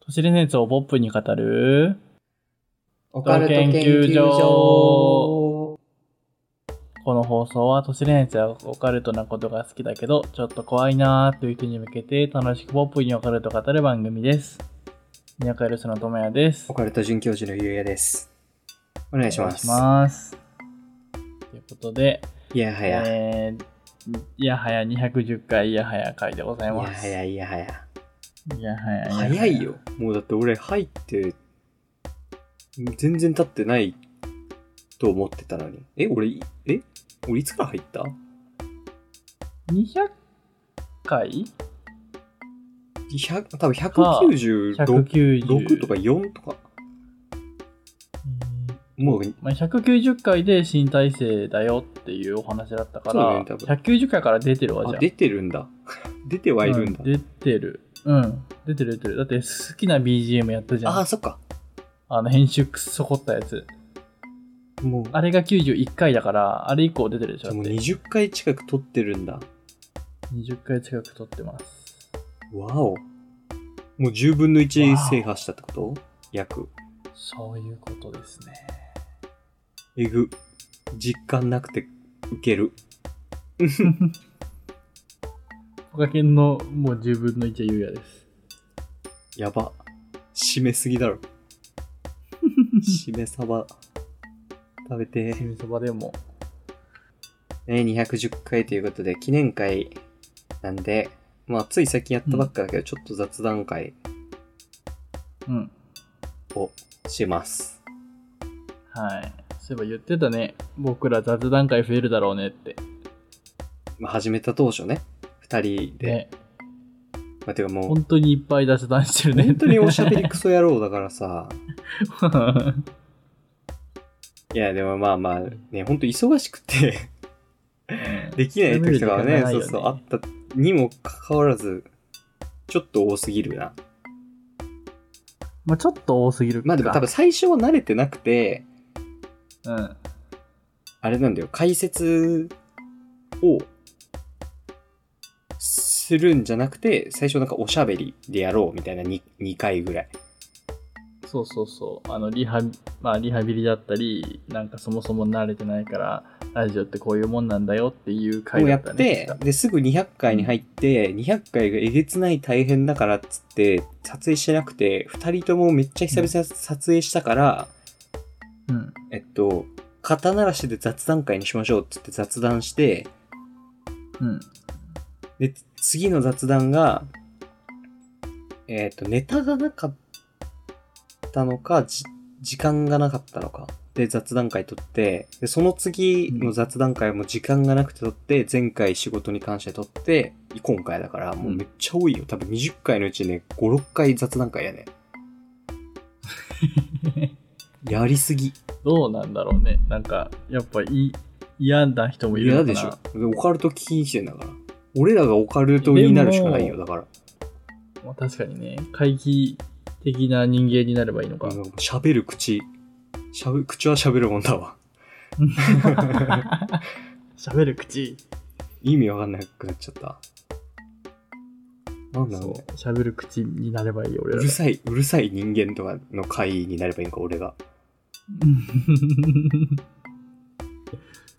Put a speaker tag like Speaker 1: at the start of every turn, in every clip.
Speaker 1: 都市伝説をポップに語る
Speaker 2: オカルト研
Speaker 1: 研
Speaker 2: 究
Speaker 1: 究所
Speaker 2: 所。
Speaker 1: この放送は都市伝説やオカルトなことが好きだけどちょっと怖いなーという人に向けて楽しくポップにオカルトを語る番組ですニオカルスのともやです
Speaker 2: オカルト准教授のゆうやです。お願いしま
Speaker 1: お
Speaker 2: す。
Speaker 1: 願いしますということで、
Speaker 2: いやはや。い
Speaker 1: えー、いやはや210回いやはや回でござい
Speaker 2: や
Speaker 1: ます
Speaker 2: はやいやはや。
Speaker 1: いやはやはや
Speaker 2: 早いよ。もうだって俺入って、全然経ってないと思ってたのに。え、俺い、え俺いつから入った
Speaker 1: 200回
Speaker 2: ?100、多分196
Speaker 1: ?196
Speaker 2: 6とか4とか。
Speaker 1: うん
Speaker 2: もう、
Speaker 1: まあ、190回で新体制だよっていうお話だったか
Speaker 2: そう
Speaker 1: ら、
Speaker 2: だね多分
Speaker 1: 190回から出てるわじ
Speaker 2: あ、
Speaker 1: ゃん
Speaker 2: 出てるんだ。 出てはいるんだ
Speaker 1: う。出てるうん出てる出てるだって好きな BGM やったじゃん
Speaker 2: ああ、
Speaker 1: あ
Speaker 2: そっか。
Speaker 1: の編集くっそこったやつ
Speaker 2: もう、
Speaker 1: あれが91回だからあれ以降出てるでし
Speaker 2: じゃ
Speaker 1: ょ
Speaker 2: あもう
Speaker 1: だって
Speaker 2: 20回近く撮ってるんだ。
Speaker 1: 20回近く撮ってます
Speaker 2: わお。もう10分の
Speaker 1: わ
Speaker 2: 1
Speaker 1: お
Speaker 2: 制覇したってこと約。
Speaker 1: そういうことですね
Speaker 2: えぐ。実感なくてウケる。
Speaker 1: ポカケンのもう10分の1はゆうや です
Speaker 2: やば。締めすぎだろ。締めサバ。食べて
Speaker 1: テ
Speaker 2: ー。
Speaker 1: レそばでも
Speaker 2: ね、210回ということで、記念会なんで、まあ、つい最近やったばっかだけど、ちょっと雑談会
Speaker 1: うん
Speaker 2: をします。
Speaker 1: はいそういえば言ってたね僕ら雑談会増えるだろうねって
Speaker 2: まあ、始めた当初ね、二人で、
Speaker 1: ね
Speaker 2: まあ、てかもう、
Speaker 1: 本当にいっぱい雑談してるね
Speaker 2: 本当におしゃべりクソ野郎だからさ。いや、でもまあまあ、ね、本当忙しくて、できない時とかはね、そうそう、あ
Speaker 1: あ
Speaker 2: ったにもかかわらず、ちょっと多すぎるな。
Speaker 1: まあちょっと多すぎるか。
Speaker 2: まあでも多分最初は慣れてなくて、
Speaker 1: うん。
Speaker 2: あれなんだよ、解説をするんじゃなくて、最初なんかおしゃべりでやろうみたいな 2, 2回ぐらい。
Speaker 1: そうそうそう。あの、リハビ、まあリハビリだったり、なんかそもそも慣れてないから、ラジオってこういうもんなんだよっていう回
Speaker 2: を
Speaker 1: だ
Speaker 2: や
Speaker 1: っ
Speaker 2: った
Speaker 1: ね。
Speaker 2: て
Speaker 1: 確、か
Speaker 2: で、すぐ200回に入って、200回がえげつない大変だからっつって、撮影してなくて、2人ともめっちゃ久々に撮影したから、
Speaker 1: うん。
Speaker 2: えっと、肩慣らしで雑談会にしましょうっつって雑談して、
Speaker 1: うん。
Speaker 2: で、次の雑談が、えっと、ネタがなかったのか、じ時間がなかったのか。で、雑談会撮って、で、その次の雑談会も時間がなくて撮って、前回仕事に関して撮って、今回だから、もうめっちゃ多いよ。多分20回のうちね、5、6回雑談会やね。やりすぎ。
Speaker 1: どうなんだろうね。なんか、やっぱい嫌な人もいるの
Speaker 2: 嫌
Speaker 1: かな。
Speaker 2: でしょ。でオカルト聞きに来てんだから。俺らがオカルトになるしかないよ、
Speaker 1: で
Speaker 2: だから。
Speaker 1: まあ確かにね、怪奇的な人間になればいいのか。
Speaker 2: あの喋る口。しゃべ口は喋るもんだわ。
Speaker 1: 喋る口。
Speaker 2: 意味わかんなくなっちゃった。なんだろう
Speaker 1: そ
Speaker 2: ね。
Speaker 1: う。喋る口になればいいよ、
Speaker 2: う
Speaker 1: 俺ら
Speaker 2: る。さい、うるさい人間とかの会になればいいんか、俺が。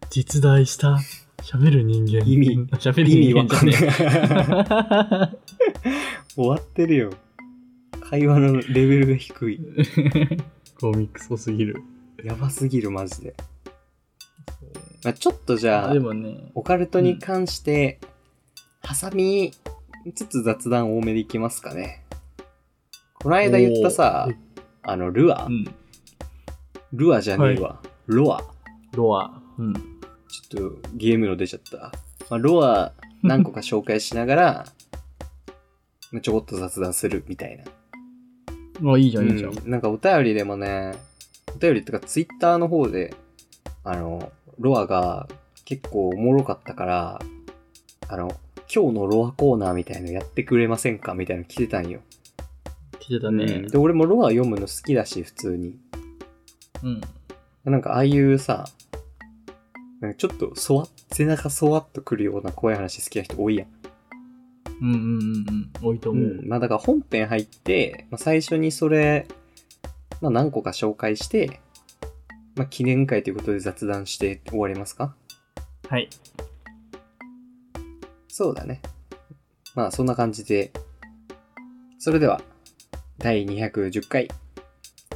Speaker 1: 実在した喋る人間
Speaker 2: 意味
Speaker 1: 喋る
Speaker 2: 意味
Speaker 1: 人
Speaker 2: わ
Speaker 1: 間じ
Speaker 2: か
Speaker 1: ゃ
Speaker 2: ん
Speaker 1: ね
Speaker 2: ない。 終わってるよ。会話のレベルが低い。
Speaker 1: え コミックソすぎる
Speaker 2: やばすぎる、マジで。まあ、ちょっとじゃあ
Speaker 1: で、もね
Speaker 2: オカルトに関して、挟みつつ雑談多めでいきますかね。この間言ったさ
Speaker 1: おー、
Speaker 2: あの、ルア
Speaker 1: う、ん
Speaker 2: ルアじゃねえわ、ロア。
Speaker 1: ロアうん
Speaker 2: ちょっとゲームの出ちゃった。まあ、ロア何個か紹介しながら、 まあちょこっと雑談するみたいな。
Speaker 1: あいいじゃ
Speaker 2: うん
Speaker 1: いいじゃん、
Speaker 2: ん、なんかお便りでもね、お便りっていうかツイッターの方で、あの、ロアが結構おもろかったから、あの、今日のロアコーナーみたいのやってくれませんかみたいなの来てたんよ。
Speaker 1: 来てた
Speaker 2: うん
Speaker 1: ね
Speaker 2: で、俺もロア読むの好きだし、普通に。
Speaker 1: うん
Speaker 2: なんかああいうさ、なんかちょっとそわ、背中そわっとくるような怖い話好きな人多いやん。
Speaker 1: うんうんうんうん。多いと思う。
Speaker 2: うん、まあだから本編入って、まあ、最初にそれ、まあ何個か紹介して、まあ記念会ということで雑談して終わりますか
Speaker 1: はい。
Speaker 2: そうだね。まあそんな感じで、それでは、第210回、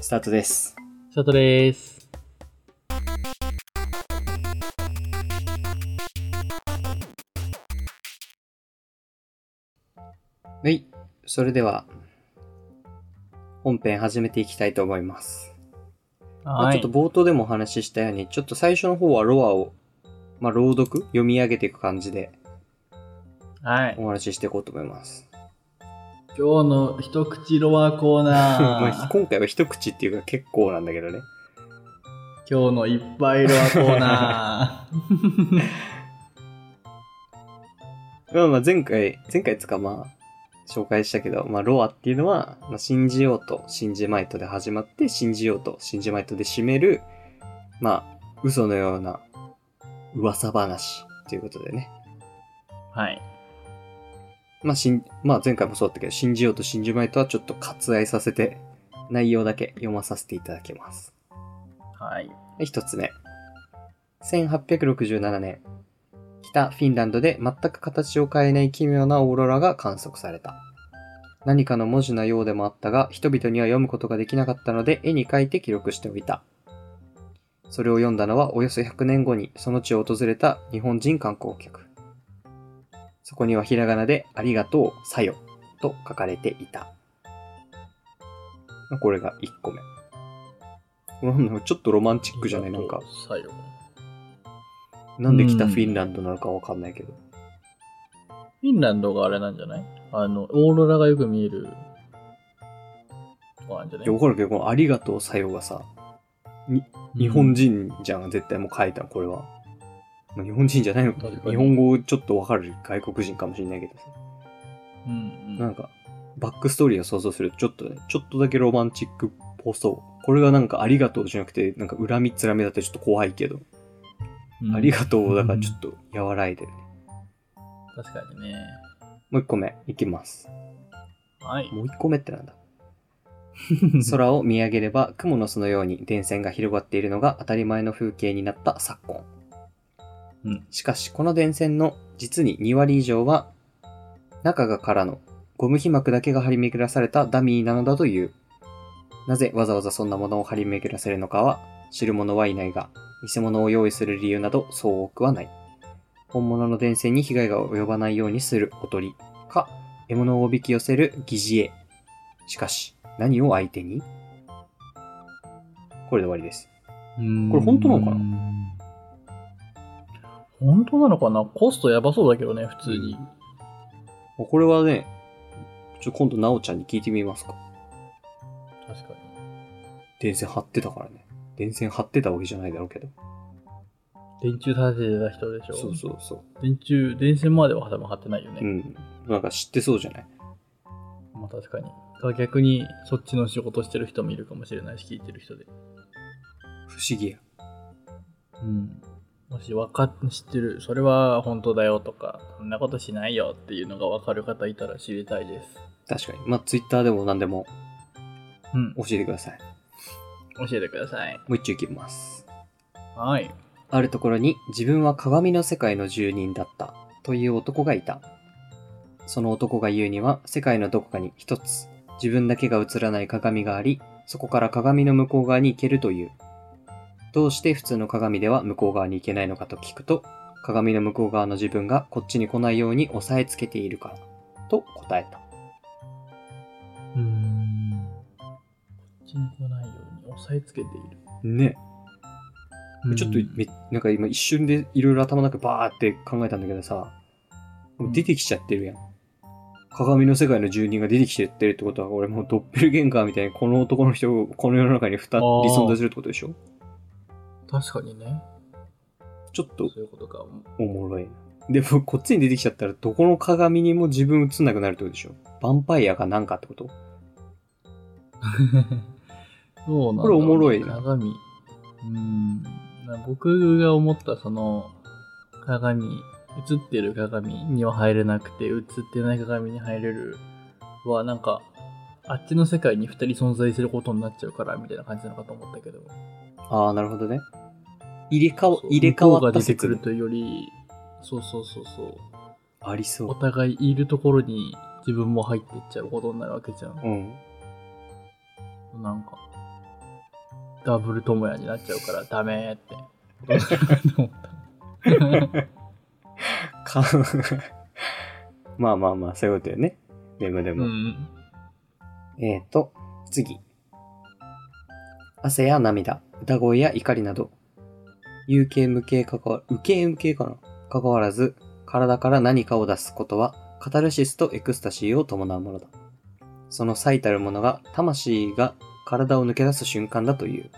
Speaker 2: スタートです。
Speaker 1: スタートです。
Speaker 2: はい。それでは、本編始めていきたいと思います。まあ
Speaker 1: は
Speaker 2: ち
Speaker 1: い。
Speaker 2: ょっと冒頭でもお話ししたように、ちょっと最初の方はロアを、まあ朗読、読み上げていく感じで
Speaker 1: はい。
Speaker 2: お話ししていこうと思います。
Speaker 1: 今日の一口ロアコー
Speaker 2: ま
Speaker 1: ナ
Speaker 2: あ、
Speaker 1: ー。
Speaker 2: 今回は一口っていうか結構なんだけどね。
Speaker 1: 今日のいっぱいロアコーナ ー。
Speaker 2: まあまあ前回、前回つかまあ、紹介したけど、まあロアっていうのは、まあ、信じようと信じまいとで始まって、信じようと信じまいとで締める、まあ、嘘のような噂話ということでね。
Speaker 1: はい。
Speaker 2: まあ、しん、まあ前回もそうだったけど、信じようと信じまいとはちょっと割愛させて、内容だけ読まさせていただきます。
Speaker 1: はい。
Speaker 2: はい一つ目。1867年、北フィンランドで全く形を変えない奇妙なオーロラが観測された。何かの文字のようでもあったが、人々には読むことができなかったので、絵に描いて記録しておいた。それを読んだのはおよそ100年後にその地を訪れた日本人観光客。そこにはひらがなでありがとう、さよと書かれていた。まあこれが1個目。なんだちょっとロマンチックじゃないなんか。。
Speaker 1: さよ。
Speaker 2: なんで北フィンランドなのかわかんないけど。
Speaker 1: フィンランドがあれなんじゃないあの、オーロラがよく見える。とこなんじゃない
Speaker 2: いや、わかるけど、このありがとうさようがさ、日本人じゃん、絶対もう書いたの、これは。まあ日本人じゃないのか。
Speaker 1: 確かに
Speaker 2: 日本語ちょっとわかる外国人かもしれないけどさ。
Speaker 1: うんう
Speaker 2: なん
Speaker 1: ん。
Speaker 2: か、バックストーリーを想像すると、ちょっとね、ちょっとだけロマンチックっぽそう。これがなんかありがとうじゃなくて、なんか恨みつらみだってちょっと怖いけど、
Speaker 1: うん
Speaker 2: ありがとうだからちょっと和らいでるね。
Speaker 1: 確かにね。
Speaker 2: もう一個目、いきます。
Speaker 1: はい。
Speaker 2: もう一個目ってなんだ空を見上げれば雲の巣のように電線が広がっているのが当たり前の風景になった昨今、
Speaker 1: うん
Speaker 2: しかしこの電線の実に2割以上は中が空のゴム被膜だけが張り巡らされたダミーなのだというなぜわざわざそんなものを張り巡らせるのかは知る者はいないが偽物を用意する理由などそう多くはない本物の電線に被害が及ばないようにするおとりか獲物をおびき寄せる疑似絵しかし何を相手にこれで終わりです
Speaker 1: こ
Speaker 2: これ本当なのかな
Speaker 1: 本当なのかなコストやばそうだけどね、普通に。
Speaker 2: これはねちょ今度なおちゃんに聞いてみますか
Speaker 1: 確か
Speaker 2: 電線張ってたからね電線張ってたわけじゃないだろうけど
Speaker 1: に。電柱立ててた人でしょ
Speaker 2: そうそうそ
Speaker 1: 電柱、電線までは多分張ってないよね。
Speaker 2: ううんなんか知ってそうじゃない
Speaker 1: まあ確かに。だから逆にそっちの仕事してる人もいるかもしれないし、聞いてる人で。
Speaker 2: 不思議や
Speaker 1: うん。もしわかっ知ってる、それは本当だよとか、そんなことしないよっていうのがわかる方いたら知りたいです。
Speaker 2: 確かにまあツイッターでも何でも
Speaker 1: うん。
Speaker 2: 教えてください
Speaker 1: 教えてください。
Speaker 2: もう一丁いきます
Speaker 1: はい。
Speaker 2: あるところに自分は鏡の世界の住人だったという男がいた。その男が言うには世界のどこかに一つ自分だけが映らない鏡があり、そこから鏡の向こう側に行けるという。どうして普通の鏡では向こう側に行けないのかと聞くと、鏡の向こう側の自分がこっちに来ないように押さえつけているから、と答えた。
Speaker 1: うん。こっちに来ないように押さえつけている。
Speaker 2: ね。ちょっとめ、なんか今一瞬でいろいろ頭の中バーって考えたんだけどさ、もう出てきちゃってるやん。鏡の世界の住人が出てきちゃってるってことは、俺もうドッペルゲンガーみたいにこの男の人をこの世の中に2人
Speaker 1: あー
Speaker 2: 存在するってことでしょ
Speaker 1: 確かにね。
Speaker 2: ちょっと
Speaker 1: そういうことか。
Speaker 2: おもろいな。でもこっちに出てきちゃったらどこの鏡にも自分映んなくなるってことでしょヴァンパイアかなんかってこと
Speaker 1: そうなんだ
Speaker 2: これおもろいな
Speaker 1: 鏡。うん。僕が思ったその、鏡映ってる鏡には入れなくて、映ってない鏡に入れるは、なんか、あっちの世界に2人存在することになっちゃうから、みたいな感じなのかと思ったけど。
Speaker 2: ああ、なるほどね。入れ替わ
Speaker 1: そう
Speaker 2: 入れ替
Speaker 1: 向
Speaker 2: わ
Speaker 1: こうが
Speaker 2: った
Speaker 1: 出て
Speaker 2: 説
Speaker 1: くる
Speaker 2: も
Speaker 1: というより、そうそうそうそう。
Speaker 2: ありそ
Speaker 1: お
Speaker 2: う。
Speaker 1: 互いいるところに自分も入ってっちゃうことになるわけじゃん。
Speaker 2: うん。
Speaker 1: なんか、ダブル友やになっちゃうから、ダメーっ て。ことになると思った。
Speaker 2: か まあまあまあ、そういうことよね。でもで
Speaker 1: う
Speaker 2: も。
Speaker 1: ん。
Speaker 2: えーと、次。汗や涙、歌声や怒りなど、有形無形かかわ、無形無形かなかかわらず、体から何かを出すことは、カタルシスとエクスタシーを伴うものだ。その最たるものが、魂が体を抜け出す瞬間だという。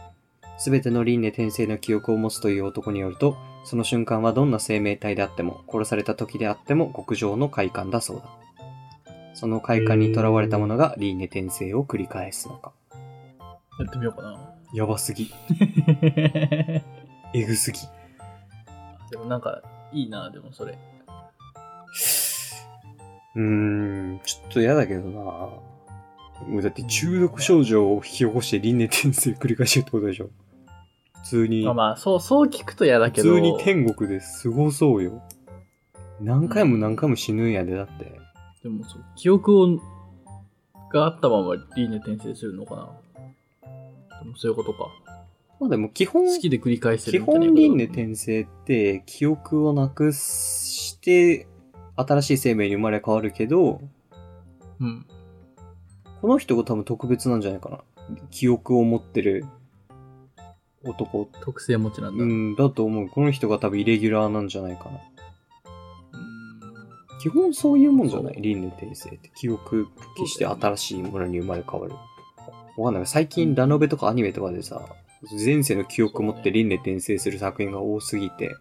Speaker 2: すべての輪廻転生の記憶を持つという男によると、その瞬間はどんな生命体であっても、殺された時であっても極上の快感だそうだ。その快感にとらわれたものが輪廻転生を繰り返すのか。
Speaker 1: やってみようかな。
Speaker 2: やばすぎ。えぐすぎ。
Speaker 1: でもなんか、いいな、でもそれ。
Speaker 2: うーん、ちょっと嫌だけどなもうだって中毒症状を引き起こして輪廻転生繰り返してるってことでしょ。普通に、
Speaker 1: まあまあ、そう、そう聞くと嫌だ
Speaker 2: 普
Speaker 1: けど。
Speaker 2: 通に天国で過ごそうよ。何回も何回も死ぬんやで、だって。
Speaker 1: でもそう、記憶を、があったまま輪廻転生するのかな。でもそういうことか。
Speaker 2: まあでも基本、
Speaker 1: 好きで繰り返して
Speaker 2: 基
Speaker 1: るみたいな
Speaker 2: 本輪廻
Speaker 1: 生。
Speaker 2: 転生って記憶をなくして新しい生命に生まれ変わるけど、
Speaker 1: うん。
Speaker 2: この人が多分特別なんじゃないかな。記憶を持ってる男。
Speaker 1: 特性持ちなんだ。
Speaker 2: う
Speaker 1: うん。
Speaker 2: ん、だと思う。この人が多分イレギュラーなんじゃないかな。基本そういうもんじゃない
Speaker 1: そう
Speaker 2: 輪廻転生って。記憶消して新しいものに生まれ変わる。わかんない。最近ラノベとかアニメとかでさ、前世の記憶持って輪廻転生する作品が多すぎて、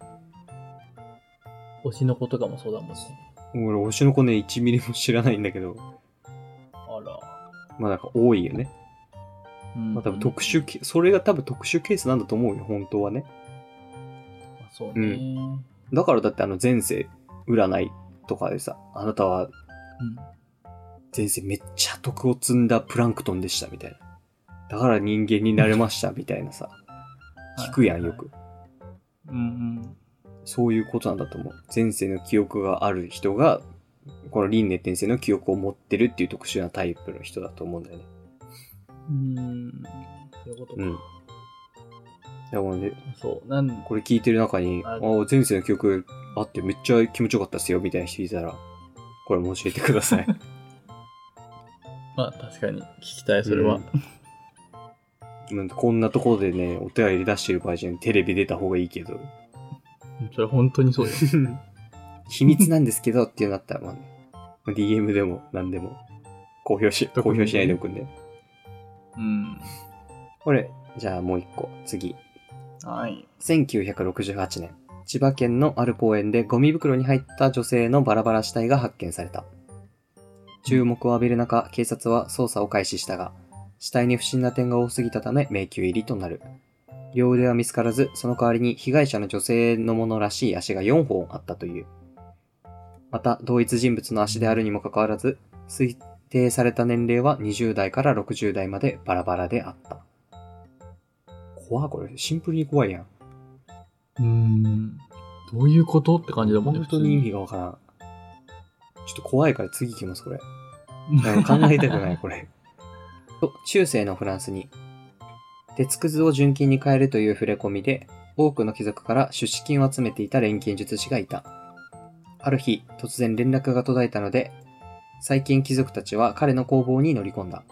Speaker 1: 推しの子とかもそうだもんね。
Speaker 2: 俺、推しの子ね、1ミリも知らないんだけど、
Speaker 1: あら。
Speaker 2: まあなんか多いよね。
Speaker 1: うん
Speaker 2: まあ多分特殊ケ、それが多分特殊ケースなんだと思うよ、本当はね。
Speaker 1: まあそうね。
Speaker 2: う
Speaker 1: うん。
Speaker 2: だからだってあの前世占いとかでさ、あなたは前世めっちゃ徳を積んだプランクトンでしたみたいな。だから人間になれましたみたいなさ、聞くやんよく。
Speaker 1: うんうん。
Speaker 2: そういうことなんだと思う。前世の記憶がある人が、この輪廻転生の記憶を持ってるっていう特殊なタイプの人だと思うんだよね。
Speaker 1: うん。そういうことか。
Speaker 2: うん。でもね、
Speaker 1: そう。なん
Speaker 2: これ聞いてる中に、あ
Speaker 1: あ
Speaker 2: 前世の記憶あってめっちゃ気持ちよかったっすよみたいな人いたら、これも教えてください。
Speaker 1: まあ確かに聞きたい、それは。
Speaker 2: うん。なんかこんなところでね、お手入れ出してる場合じゃん、テレビ出た方がいいけ ど。
Speaker 1: それ本当にそうよ。
Speaker 2: 秘密なんですけどっていうのあったら、まあね、DM でも何でも、公表し、公表しないでおくんで。
Speaker 1: うん。
Speaker 2: これ、じゃあもう一個、次。
Speaker 1: はい。
Speaker 2: 1968年、千葉県のある公園でゴミ袋に入った女性のバラバラ死体が発見された。注目を浴びる中、警察は捜査を開始したが、死体に不審な点が多すぎたため迷宮入りとなる。両腕は見つからず、その代わりに被害者の女性のものらしい足が4本あったという。また、同一人物の足であるにもかかわらず、推定された年齢は20代から60代までバラバラであった。怖いこれ、シンプルに怖いやん。
Speaker 1: うん。どういうことって感じだもんね。
Speaker 2: 本当に意味
Speaker 1: が。
Speaker 2: がわからん。ちょっと怖いから次行きます、これ。なんか考えたくない、これ。 と、中世のフランスに、鉄くずを純金に変えるという触れ込みで、多くの貴族から出資金を集めていた錬金術師がいた。ある日、突然連絡が途絶えたので、最近貴族たちは彼の工房に乗り込んだ。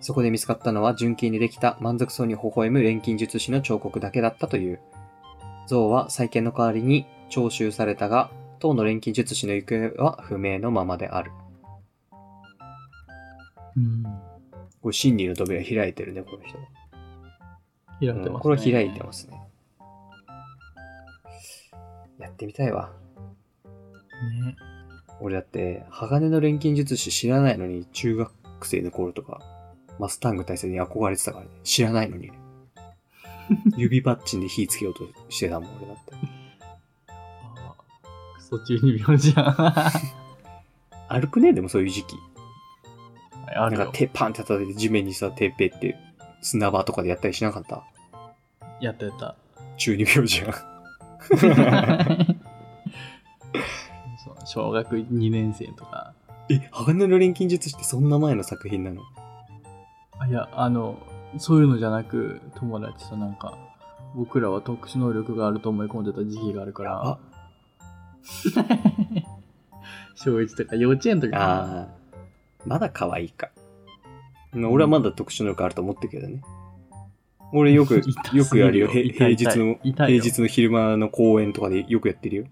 Speaker 2: そこで見つかったのは純金でできた満足そうに微笑む錬金術師の彫刻だけだったという。像は再建の代わりに徴収されたが、当の錬金術師の行方は不明のままである。
Speaker 1: うん。
Speaker 2: これ真理の扉開いてるね、この人。
Speaker 1: 開いてます、ね
Speaker 2: うんこれ開いてますね。やってみたいわ。
Speaker 1: す。ね。
Speaker 2: 俺だって、鋼の錬金術師知らないのに、中学生の頃とか、マスタング大戦に憧れてたからね。知らないの にね。指パッチンで火つけようとしてたもん、俺だって。
Speaker 1: あーくソ中二病 じゃん。
Speaker 2: 歩くねでもそういう時期。
Speaker 1: ある
Speaker 2: なんか
Speaker 1: よ。
Speaker 2: 手パンって叩いて地面にさ、手ペって砂場とかでやったりしなかった
Speaker 1: やって た。
Speaker 2: 中二病じゃん。
Speaker 1: そう小学2年生とか。
Speaker 2: え、鋼の錬金術師ってそんな前の作品なの
Speaker 1: あいや、あの、そういうのじゃなく、友達となんか、僕らは特殊能力があると思い込んでた時期があるから
Speaker 2: ば。
Speaker 1: 小1とか幼稚園とか。
Speaker 2: ああ、まだ可愛いか。俺はまだ特殊能力あると思ってるけどね。俺よく
Speaker 1: 痛すぎ、るよ
Speaker 2: よくやるよ。へ
Speaker 1: 痛
Speaker 2: 平
Speaker 1: い
Speaker 2: 日の、
Speaker 1: 痛
Speaker 2: 平
Speaker 1: いよ
Speaker 2: 日の昼間の公園とかでよくやってるよ。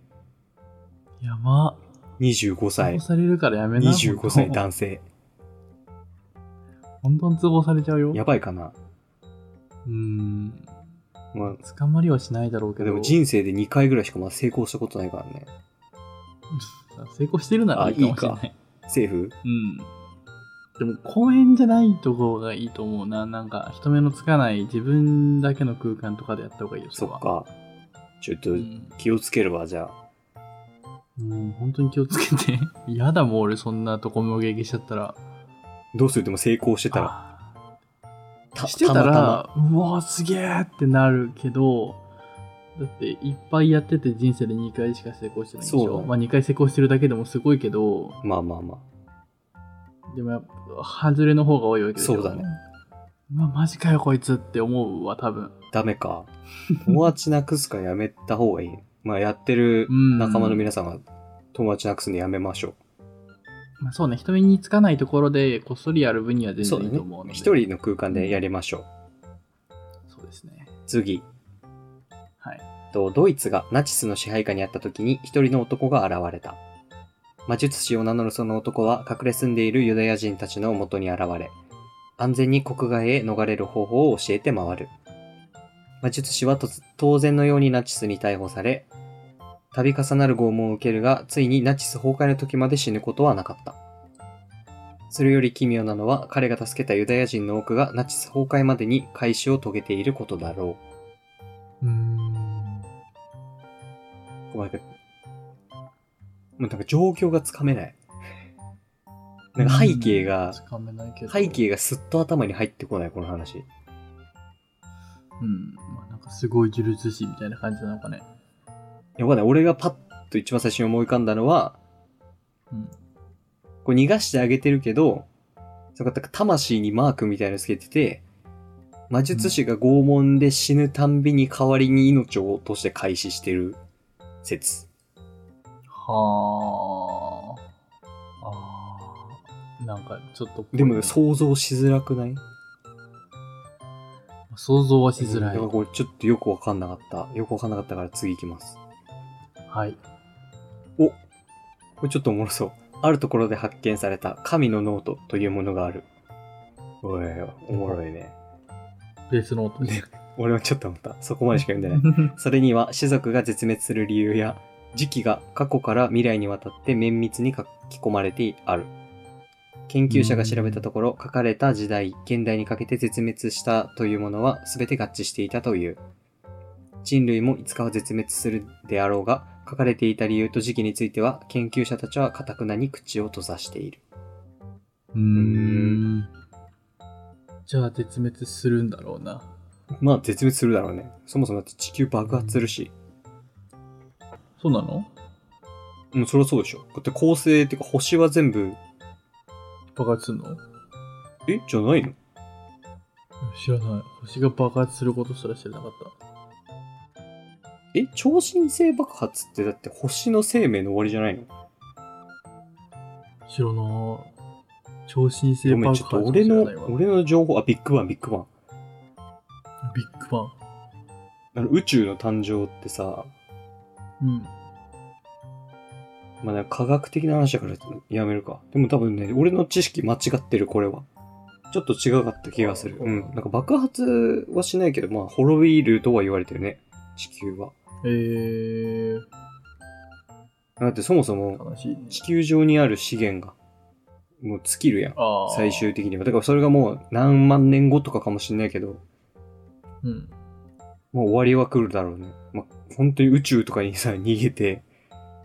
Speaker 1: やば。
Speaker 2: 25歳
Speaker 1: 通報、されるからやめな。
Speaker 2: 25歳男性。
Speaker 1: 本当に通報されちゃうよ。
Speaker 2: やばいかな。
Speaker 1: うーん。
Speaker 2: ま
Speaker 1: 捕まりはしないだろう
Speaker 2: あ、
Speaker 1: け
Speaker 2: で
Speaker 1: ど。
Speaker 2: も人生で2回ぐらいしかまだ成功したことないからね。
Speaker 1: 成功してるならいいかもしれない。
Speaker 2: セーフ
Speaker 1: うん。でも公園じゃないとこがいいと思うな。なんか人目のつかない自分だけの空間とかでやった方がいいよ。
Speaker 2: そ
Speaker 1: れは
Speaker 2: っ。か。ちょっと
Speaker 1: うん。
Speaker 2: 気をつけるわ、じゃあ。
Speaker 1: うん、本当に気をつけて。 やだもう俺そんなとこ目撃しちゃったら。
Speaker 2: どうするでも成功してたら。た
Speaker 1: してたら、
Speaker 2: まま
Speaker 1: うわーすげえってなるけど、だっていっぱいやってて人生で2回しか成功してないんでしょ。
Speaker 2: そう
Speaker 1: まあ2回成功してるだけでもすごいけど、
Speaker 2: まあまあまあ。
Speaker 1: でもやっぱ、外れの方が多いわけですよ
Speaker 2: そうだね。
Speaker 1: まあマジかよこいつって思うわ、多分。
Speaker 2: ダメか。友達なくすかやめた方 がいい。まあやってる
Speaker 1: うん
Speaker 2: 仲間の皆さんは友達なくすのやめましょ
Speaker 1: まあ、そうね、人目につかないところでこっそりやる分には
Speaker 2: う。
Speaker 1: 全
Speaker 2: そう
Speaker 1: 然いい
Speaker 2: だね
Speaker 1: と思うの。で。
Speaker 2: 一人の空間でやりましょう。
Speaker 1: そうですね。
Speaker 2: 次。
Speaker 1: はい。
Speaker 2: とドイツがナチスの支配下にあった時に一人の男が現れた。魔術師を名乗るその男は隠れ住んでいるユダヤ人たちの元に現れ、安全に国外へ逃れる方法を教えて回る。魔術師はとつ当然のようにナチスに逮捕され、度重なる拷問を受けるが、ついにナチス崩壊の時まで死ぬことはなかった。それより奇妙なのは、彼が助けたユダヤ人の多くがナチス崩壊までに開始を遂げていることだろう。
Speaker 1: うーん。
Speaker 2: ごめんもうなんか状況がつかめない。なんか背景が、
Speaker 1: つかめないけど。
Speaker 2: 背景がすっと頭に入ってこない、この話。
Speaker 1: うん。まあ、なんかすごい呪術師みたいな感じなのかね。
Speaker 2: やばいね、俺がパッと一番最初に思い浮かんだのは、
Speaker 1: うん。
Speaker 2: こう逃がしてあげてるけど、その魂にマークみたいなのつけてて、魔術師が拷問で死ぬたんびに代わりに命を落として開始してる説。
Speaker 1: はあ。ああ。なんかちょっとこう。
Speaker 2: でも想像しづらくない
Speaker 1: 想像はしづらい。
Speaker 2: だからこれちょっとよくわかんなかった。よくわかんなかったから次行きます。
Speaker 1: はい。
Speaker 2: これちょっとおもろそう。あるところで発見された神のノートというものがある。おいおい、おもろいね。
Speaker 1: ベースノートね。
Speaker 2: 俺はちょっと思った。そこまでしか読んでない。それには種族が絶滅する理由や、時期が過去から未来にわたって綿密に書き込まれてある。研究者が調べたところ、書かれた時代、現代にかけて絶滅したというものは全て合致していたという。人類もいつかは絶滅するであろうが、書かれていた理由と時期については、研究者たちはかくなに口を閉ざしている。
Speaker 1: うーん。じゃあ絶滅するんだろうな。
Speaker 2: まあ、絶滅するだろうね。そもそもだって地球爆発するし。
Speaker 1: そうなの
Speaker 2: もうんそりゃそうでしょ。だって恒星っていうか星は全部、
Speaker 1: 爆発するの
Speaker 2: えじゃないの
Speaker 1: 知らない。星が爆発することすら知らなかった。
Speaker 2: え超新星爆発ってだって星の生命の終わりじゃないの
Speaker 1: 知らない。超新星
Speaker 2: ご
Speaker 1: 爆
Speaker 2: めん、
Speaker 1: 発
Speaker 2: ちょっと
Speaker 1: も
Speaker 2: 俺
Speaker 1: 知ら
Speaker 2: の
Speaker 1: ないわ。、
Speaker 2: 俺の情報、あ、ビッグバン、ビッグバン。
Speaker 1: ビッグバン。
Speaker 2: あの宇宙の誕生ってさ、
Speaker 1: うん。
Speaker 2: まあ、なんか科学的な話だからやめるか。でも多分ね、俺の知識間違ってる、これは。ちょっと違かった気がする。
Speaker 1: あ
Speaker 2: うん。なんか爆発はしないけど、まあ、滅びるとは言われてるね。地球は。
Speaker 1: えー、
Speaker 2: だってそもそも、
Speaker 1: 悲しいね。
Speaker 2: 地球上にある資源が、もう尽きるやん。
Speaker 1: あー
Speaker 2: 最。終的には。だからそれがもう何万年後とかかもしんないけど、
Speaker 1: うん。
Speaker 2: もう終わりは来るだろうね。まあ、本当に宇宙とかにさ、逃げて、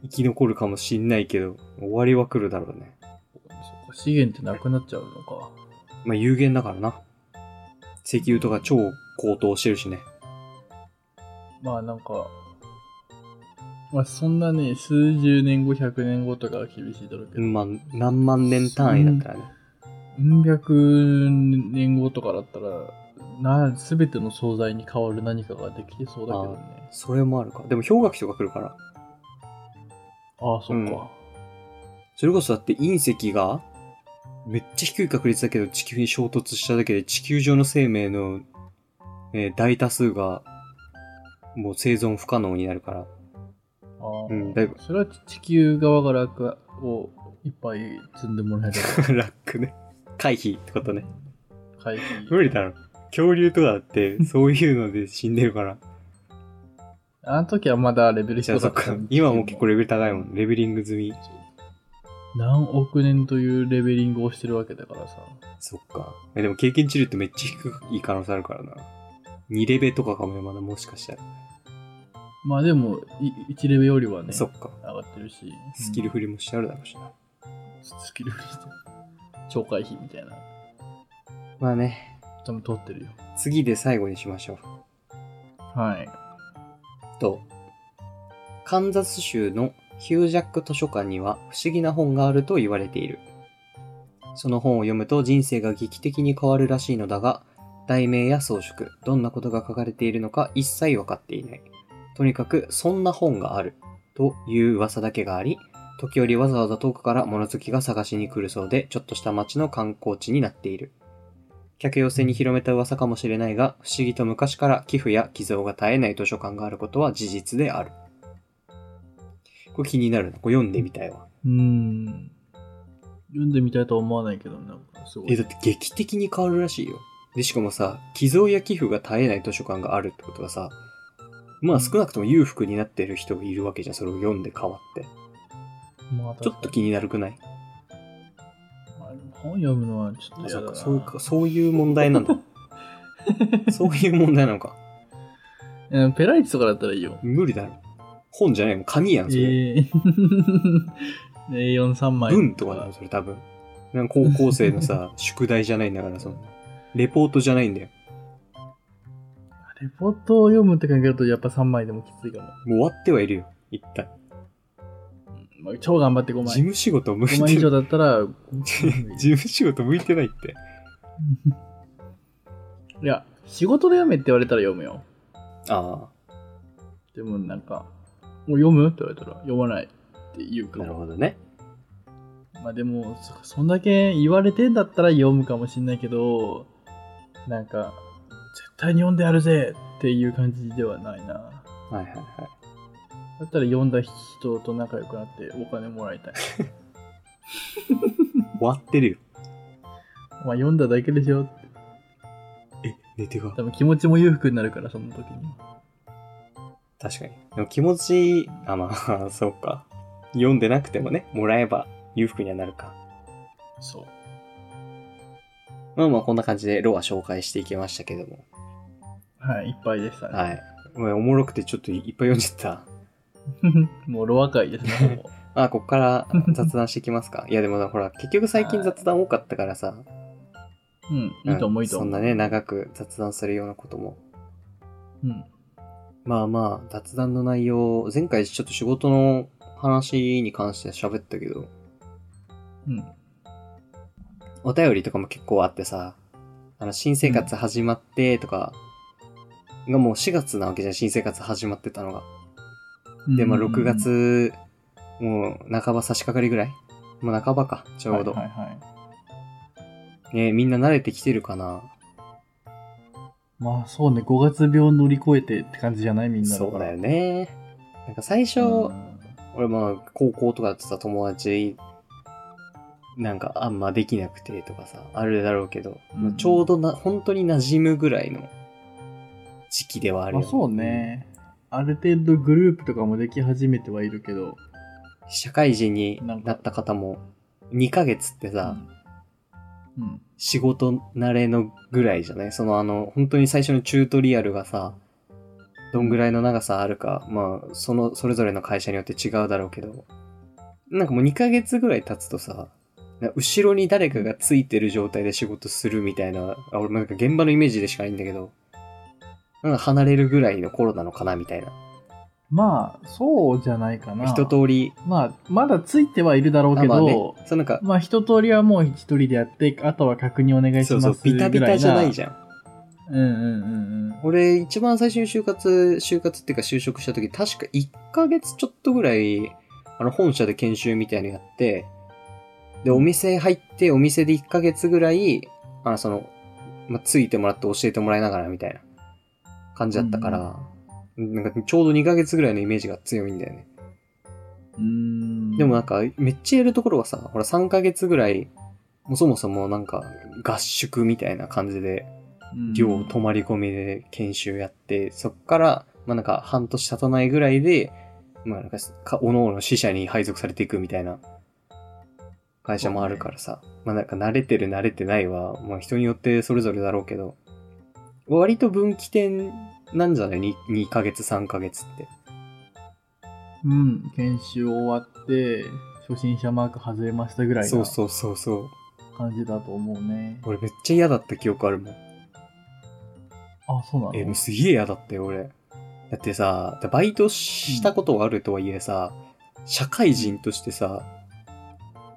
Speaker 2: 生き残るかもしんないけど、終わりは来るだろうね。
Speaker 1: そっか資源ってなくなっちゃうのか。
Speaker 2: まあ、有限だからな。石油とか超高騰してるしね。
Speaker 1: まあなんか、まあそんなね、数十年後、百年後とかは厳しいだろうけど、
Speaker 2: まあ、何万年単位だったらね。
Speaker 1: うん、百年後とかだったら、な、すべての惣菜に変わる何かができてそうだけどね。
Speaker 2: それもあるか。でも氷河期とか来るから。
Speaker 1: ああ、そっか。
Speaker 2: それこそだって隕石が、めっちゃ低い確率だけど地球に衝突しただけで地球上の生命の、えー大多数が、もう生存不可能になるから。
Speaker 1: ああ、
Speaker 2: うんだいぶ
Speaker 1: それは地球側が楽をいっぱい積んでもら えたら
Speaker 2: 楽ね。回避ってことね。
Speaker 1: 回避。
Speaker 2: 無理だろ。恐竜とかだ って、そういうので死んでるから。
Speaker 1: あの時はまだレベル
Speaker 2: じゃあ
Speaker 1: 低
Speaker 2: そ
Speaker 1: か
Speaker 2: っ
Speaker 1: った
Speaker 2: か
Speaker 1: のに。。
Speaker 2: 今もう結構レベル高いもん。レベリング済み。
Speaker 1: 何億年というレベリングをしてるわけだからさ。
Speaker 2: そっか。えでも経験値量ってめっちゃ低い可能性あるからな。2レベとかかもよ、まだもしかしたら。
Speaker 1: まあでも、い1レベルよりはね、
Speaker 2: そ
Speaker 1: 上
Speaker 2: っか。
Speaker 1: がってるし。
Speaker 2: スキル
Speaker 1: フ
Speaker 2: 振りもしてあるだろうしな。
Speaker 1: スキルフリして。超回避みたいな。
Speaker 2: まあね、
Speaker 1: 多分取ってるよ。
Speaker 2: 次で最後にしましょう。
Speaker 1: はい。
Speaker 2: と、カンザス州のヒュージャック図書館には不思議な本があると言われている。その本を読むと人生が劇的に変わるらしいのだが、題名や装飾、どんなことが書かれているのか一切わかっていない。とにかく、そんな本がある。という噂だけがあり、時折わざわざ遠くから物好きが探しに来るそうで、ちょっとした町の観光地になっている。客寄せに広めた噂かもしれないが、不思議と昔から寄付や寄贈が絶えない図書館があることは事実である。これ気になるな。これ読んでみたいわ。
Speaker 1: うーん。読んでみたいとは思わないけど、なんかすご
Speaker 2: え、だっ
Speaker 1: い。
Speaker 2: て劇的に変わるらしいよ。で、しかもさ、寄贈や寄付が絶えない図書館があるってことはさ、まあ少なくとも裕福になってる人がいるわけじゃん。それを読んで変わって。
Speaker 1: まあ、
Speaker 2: ちょっと気になるくない
Speaker 1: 確かにまあでも本読むのはちょっと
Speaker 2: あ
Speaker 1: 嫌
Speaker 2: そ
Speaker 1: だ
Speaker 2: う
Speaker 1: な。
Speaker 2: か、そういうか、そういう問 題なんだ。そういう問題なのか。
Speaker 1: うんペライチとかだったらいいよ。
Speaker 2: 無理だろ。本じゃないもん。紙やん、それ。
Speaker 1: え えー。A43 枚。
Speaker 2: 文とかだよ、それ多分。なんか高校生 のさ、宿題じゃないんだから、そんな。レポートじゃないんだよ。
Speaker 1: レポートを読むって考えると、やっぱ3枚でもきついかも。
Speaker 2: もう終わってはいるよ、一旦。
Speaker 1: まあ、超頑張って5
Speaker 2: 事
Speaker 1: 枚。
Speaker 2: 務仕事向い
Speaker 1: 5枚以
Speaker 2: て
Speaker 1: 上
Speaker 2: る。
Speaker 1: だったら、
Speaker 2: 事務仕事向いてないって。
Speaker 1: いや、仕事で読めって言われたら読むよ。
Speaker 2: あ
Speaker 1: でもなんか、もう読むって言われたら読まないって言う
Speaker 2: あ、
Speaker 1: か
Speaker 2: なる
Speaker 1: も。
Speaker 2: ほどね。
Speaker 1: まあでも、そそんだけ言われてんだったら読むかもしんないけど、なんか、絶対に読んでやるぜっていう感じではないな。
Speaker 2: はいはいはい。
Speaker 1: だったら読んだ人と仲良くなってお金もらいたい。
Speaker 2: 終わってるよ。
Speaker 1: お前読んだだけでしょって
Speaker 2: え、寝てか
Speaker 1: 多。分気持ちも裕福になるから、その時に。
Speaker 2: 確かに。でも気持ちいい。あ、まあ、 そうか。読んでなくてもね、もらえば裕福にはなるか。
Speaker 1: そう。
Speaker 2: まあまあ、こんな感じでロア紹介していきましたけども。
Speaker 1: はい、いっぱいでしたね。
Speaker 2: はい。まあおもろくてちょっといっぱい読んじゃった。
Speaker 1: もうロア会です ね。もう
Speaker 2: あ、こっ から雑談していきますか。いや、でもなほら、結局最近雑談多かったからさ。
Speaker 1: うん、いいと思う、いいと思う。
Speaker 2: んそんなね、長く雑談するようなことも。
Speaker 1: うん。
Speaker 2: まあまあ、雑談の内容、前回ちょっと仕事の話に関して喋ったけど、
Speaker 1: うん。
Speaker 2: お便りとかも結構あってさ、あの、新生活始まってとか、がもう4月なわけじゃん、新生活始まってたのが。で、まあ6月、もう半ば差し掛かりぐらいもう半ばか、ち
Speaker 1: ち
Speaker 2: ょうど。
Speaker 1: はいはい、はい。
Speaker 2: ねみんな慣れてきてるかな
Speaker 1: まあそうね、5月病乗り越えてって感じじゃないみんな
Speaker 2: そうだよ
Speaker 1: ね。
Speaker 2: ね。なんか最初、
Speaker 1: うん
Speaker 2: 俺まあ高校とかやってた友達なんかあんまできなくてとかさあるだろうけど、
Speaker 1: うん
Speaker 2: まあちょうどな本当に馴染むぐらいの時期ではある
Speaker 1: ま
Speaker 2: よ
Speaker 1: あそうね。ある程度グループとかもでき始めてはいるけど。
Speaker 2: 社会人になった方も2ヶ月ってさ、
Speaker 1: うん。
Speaker 2: 仕事慣れのぐらいじゃないそのあの本当に最初のチュートリアルがさどんぐらいの長さあるか、まあ、その、それぞれの会社によって違うだろうけど、なんかもう2ヶ月ぐらい経つとさ、な後ろに誰かがついてる状態で仕事するみたいな、あ俺もなんか現場のイメージでしかないんだけど、なんか離れるぐらいの頃なのかなみたいな。
Speaker 1: まあ、そうじゃないかな。
Speaker 2: 一通り、
Speaker 1: まあ、まだついてはいるだろう
Speaker 2: あ
Speaker 1: けど、ま
Speaker 2: まあ
Speaker 1: あ
Speaker 2: ね、そうなんか、
Speaker 1: 一通りはもう一人でやって、あとは確認お願いし
Speaker 2: そう
Speaker 1: ます
Speaker 2: そう、ビタビタじゃないじ
Speaker 1: ゃ
Speaker 2: ゃん。
Speaker 1: ん。うんうんうんうん。
Speaker 2: 俺、一番最初に就活、就活っていうか就職した時、確か1ヶ月ちょっとぐらい、あの、本社で研修みたいなのやって、で、お店入って、お店で1ヶ月ぐらい、あその、まあ、ついてもらって教えてもらいながらみたいな感じだったから、なんかちょうど2ヶ月ぐらいのイメージが強いんだよね。
Speaker 1: うーん
Speaker 2: でもなんか、めっちゃやるところはさ、ほら3ヶ月ぐらい、もうそもそもなんか合宿みたいな感じで寮泊まり込みで研修やって、そっから、まあ、なんか半年経たないぐらいで、まあ、なんかか、おのおの死者に配属されていくみたいな会社もあるからさ、まあ、なんか慣れてる慣れてないは、まあ、人によってそれぞれだろうけど、割と分岐点なんじゃない 2, 2ヶ月3ヶ月って。
Speaker 1: うん、うん、研修終わって、初心者マーク外れましたぐらい
Speaker 2: そう
Speaker 1: な
Speaker 2: そうそうそう。
Speaker 1: 感じだと思うね。
Speaker 2: 俺めっちゃ嫌だった記憶あるもん。
Speaker 1: あ、そうなの
Speaker 2: え、もうすげえ嫌だったよ、俺。だってさ、バイトしたことはあるとはいえさ、社会人としてさ、